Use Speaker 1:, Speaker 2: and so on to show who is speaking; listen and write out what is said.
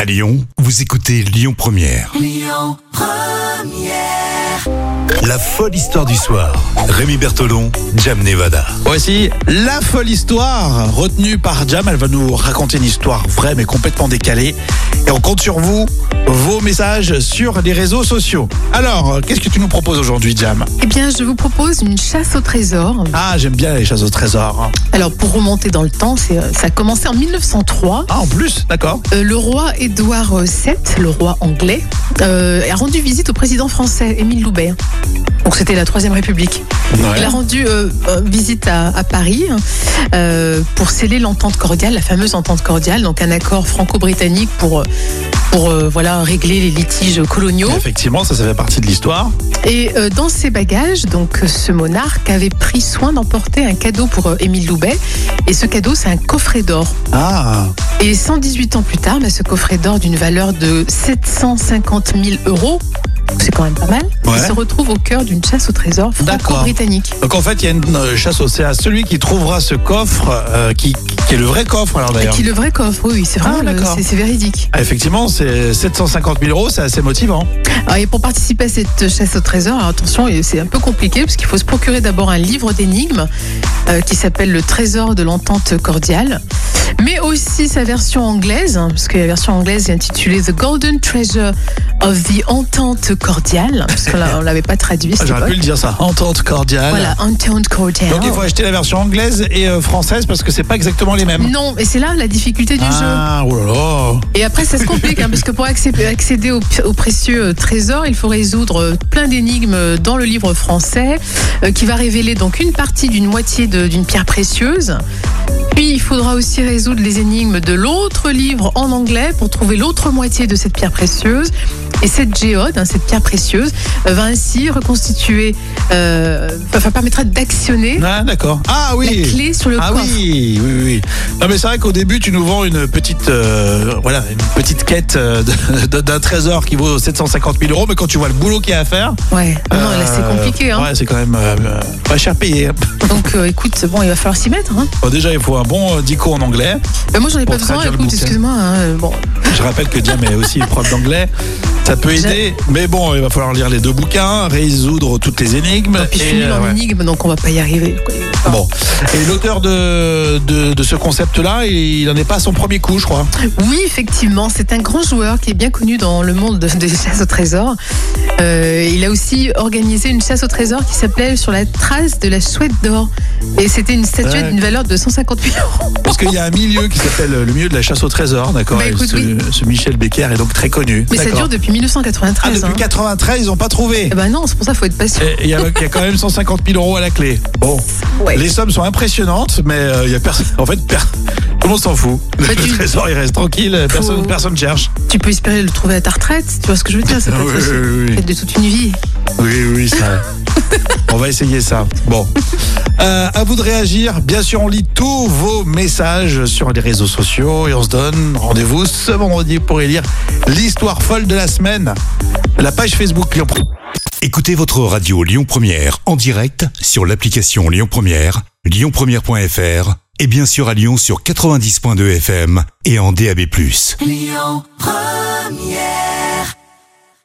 Speaker 1: À Lyon, vous écoutez Lyon Première. Lyon Première. La folle histoire du soir. Rémi Bertolon, Jam Nevada.
Speaker 2: Voici la folle histoire retenue par Jam. Elle va nous raconter une histoire vraie mais complètement décalée. Et on compte sur vous, vos messages sur les réseaux sociaux. Alors, qu'est-ce que tu nous proposes aujourd'hui, Jam
Speaker 3: Eh bien, je vous propose une chasse au trésor.
Speaker 2: Ah, j'aime bien les chasses au trésor. hein.
Speaker 3: Alors, pour remonter dans le temps, c'est, euh, ça a commencé en 1903.
Speaker 2: Ah, en plus, d'accord.
Speaker 3: Euh, le roi Édouard euh, VII, le roi anglais, euh, a rendu visite au président français Émile Loubert. Donc, c'était la Troisième République. Il a rendu euh, euh, visite à, à Paris hein, euh, pour sceller l'entente cordiale, la fameuse entente cordiale, donc un accord franco-britannique pour, euh, pour euh, voilà, régler les litiges coloniaux.
Speaker 2: Effectivement, ça, ça fait partie de l'histoire.
Speaker 3: Et euh, dans ses bagages, donc euh, ce monarque avait pris soin d'emporter un cadeau pour euh, Émile Loubet. Et ce cadeau, c'est un coffret d'or.
Speaker 2: Ah,
Speaker 3: Et 118 ans plus tard, bah, ce coffret d'or d'une valeur de 750 000 euros, c'est quand même pas mal,
Speaker 2: Ouais.
Speaker 3: il se retrouve au cœur d'une chasse au trésor
Speaker 2: D'accord.
Speaker 3: franco-britannique.
Speaker 2: donc en fait, il y a une euh, chasse au c'est à celui qui trouvera ce coffre, euh, qui, qui est le vrai coffre, alors
Speaker 3: Et
Speaker 2: d'ailleurs.
Speaker 3: qui le vrai coffre, oui, oui, c'est
Speaker 2: Ah,
Speaker 3: vraiment, le-
Speaker 2: d'accord.
Speaker 3: c'est- c'est véridique.
Speaker 2: Ah, Effectivement, c'est 750 000 euros, c'est assez motivant.
Speaker 3: Alors, Ah, et pour participer à cette chasse au trésor, alors attention, et c'est un peu compliqué parce qu'il faut se procurer d'abord un livre d'énigmes euh, qui s'appelle Le Trésor de l'entente cordiale, mais aussi sa version anglaise, hein, parce que la version anglaise est intitulée The Golden Treasure of the Entente cordiale, hein, parce qu'on l'a- on l'avait pas traduit. à
Speaker 2: Ah,
Speaker 3: cette
Speaker 2: J'aurais pu
Speaker 3: époque.
Speaker 2: le dire ça. Entente cordiale.
Speaker 3: Voilà, Entente cordiale.
Speaker 2: Donc il faut acheter la version anglaise et euh, française parce que c'est pas exactement les mêmes.
Speaker 3: Non, et c'est là la difficulté du jeu.
Speaker 2: Ah, oh là là.
Speaker 3: Et après, ça se complique, hein, parce que pour accé- accéder au, au précieux euh, trésor, il faut résoudre euh, plein d'énigmes euh, dans le livre français, euh, qui va révéler donc une partie d'une moitié de- d'une pierre précieuse. Puis, il faudra aussi résoudre les énigmes de l'autre livre en anglais pour trouver l'autre moitié de cette pierre précieuse. Et cette géode, hein, cette pierre précieuse, euh, va ainsi reconstituer, euh, enfin, permettra d'actionner
Speaker 2: Ah, d'accord. Ah
Speaker 3: la
Speaker 2: oui.
Speaker 3: clé sur le
Speaker 2: Ah
Speaker 3: coffre.
Speaker 2: oui, oui, oui. Non mais c'est vrai qu'au début tu nous vends une petite, euh, voilà, une petite quête euh, de- de- d'un trésor qui vaut 750 000 euros, mais quand tu vois le boulot qu'il y a à faire,
Speaker 3: Ouais, Ah non, non, là, c'est
Speaker 2: euh,
Speaker 3: compliqué. Hein.
Speaker 2: Ouais, c'est quand même euh, euh, pas cher payé.
Speaker 3: Donc euh, écoute, bon, il va falloir s'y mettre. Hein.
Speaker 2: Bon, déjà il faut un bon euh, dico en anglais.
Speaker 3: Euh, moi, j'en ai
Speaker 2: Pour
Speaker 3: pas besoin.
Speaker 2: traduire le
Speaker 3: Écoute,
Speaker 2: bouquin.
Speaker 3: excuse-moi. hein, euh, bon,
Speaker 2: Je rappelle que Diam est aussi prof d'anglais. Ça peut aider, mais bon, il va falloir lire les deux bouquins, résoudre toutes les énigmes.
Speaker 3: puis je suis
Speaker 2: et,
Speaker 3: nulle
Speaker 2: euh,
Speaker 3: en
Speaker 2: ouais.
Speaker 3: énigme, donc on va pas y arriver. quoi.
Speaker 2: Bon. Et l'auteur de, de, de ce concept-là, il n'en est pas à son premier coup, je crois.
Speaker 3: Oui, effectivement, c'est un grand joueur qui est bien connu dans le monde de- des chasses au trésor. Euh, il a aussi organisé une chasse au trésor qui s'appelait Sur la trace de la chouette d'or. Et c'était une statuette
Speaker 2: Ouais.
Speaker 3: d'une valeur de 150 000 euros.
Speaker 2: Parce qu'il y a un milieu qui s'appelle le milieu de la chasse au trésor, d'accord
Speaker 3: Bah,
Speaker 2: Et
Speaker 3: écoute,
Speaker 2: ce,
Speaker 3: oui.
Speaker 2: ce Michel Becker est donc très connu.
Speaker 3: Mais ça
Speaker 2: D'accord.
Speaker 3: dure depuis
Speaker 2: Ah,
Speaker 3: 1993.
Speaker 2: depuis
Speaker 3: hein.
Speaker 2: 93, ils n'ont pas trouvé.
Speaker 3: Eh ben non, c'est pour ça qu'il faut être patient.
Speaker 2: Et Il y, a- il y a quand même 150 000 euros à la clé. Bon,
Speaker 3: Ouais.
Speaker 2: les sommes sont impressionnantes, mais euh, il y a personne. En fait, per- tout le monde s'en fout. Le
Speaker 3: Bah, tu-
Speaker 2: trésor, il reste tranquille. Personne,
Speaker 3: Faut-
Speaker 2: personne cherche.
Speaker 3: Tu peux espérer le trouver à ta retraite. Tu vois ce que je veux dire Ça peut
Speaker 2: Oui,
Speaker 3: être aussi-
Speaker 2: oui, oui.
Speaker 3: peut-être de toute une vie.
Speaker 2: Oui, oui, ça. on va essayer ça. Bon. Euh, à vous de réagir. Bien sûr, on lit tous vos messages sur les réseaux sociaux et on se donne rendez-vous ce vendredi pour élire l'histoire folle de la semaine. La page Facebook Lyon Pro.
Speaker 1: Écoutez votre radio Lyon Première en direct sur l'application Lyon Première, lyonpremière.fr et bien sûr à Lyon sur 90.2 FM et en DAB+.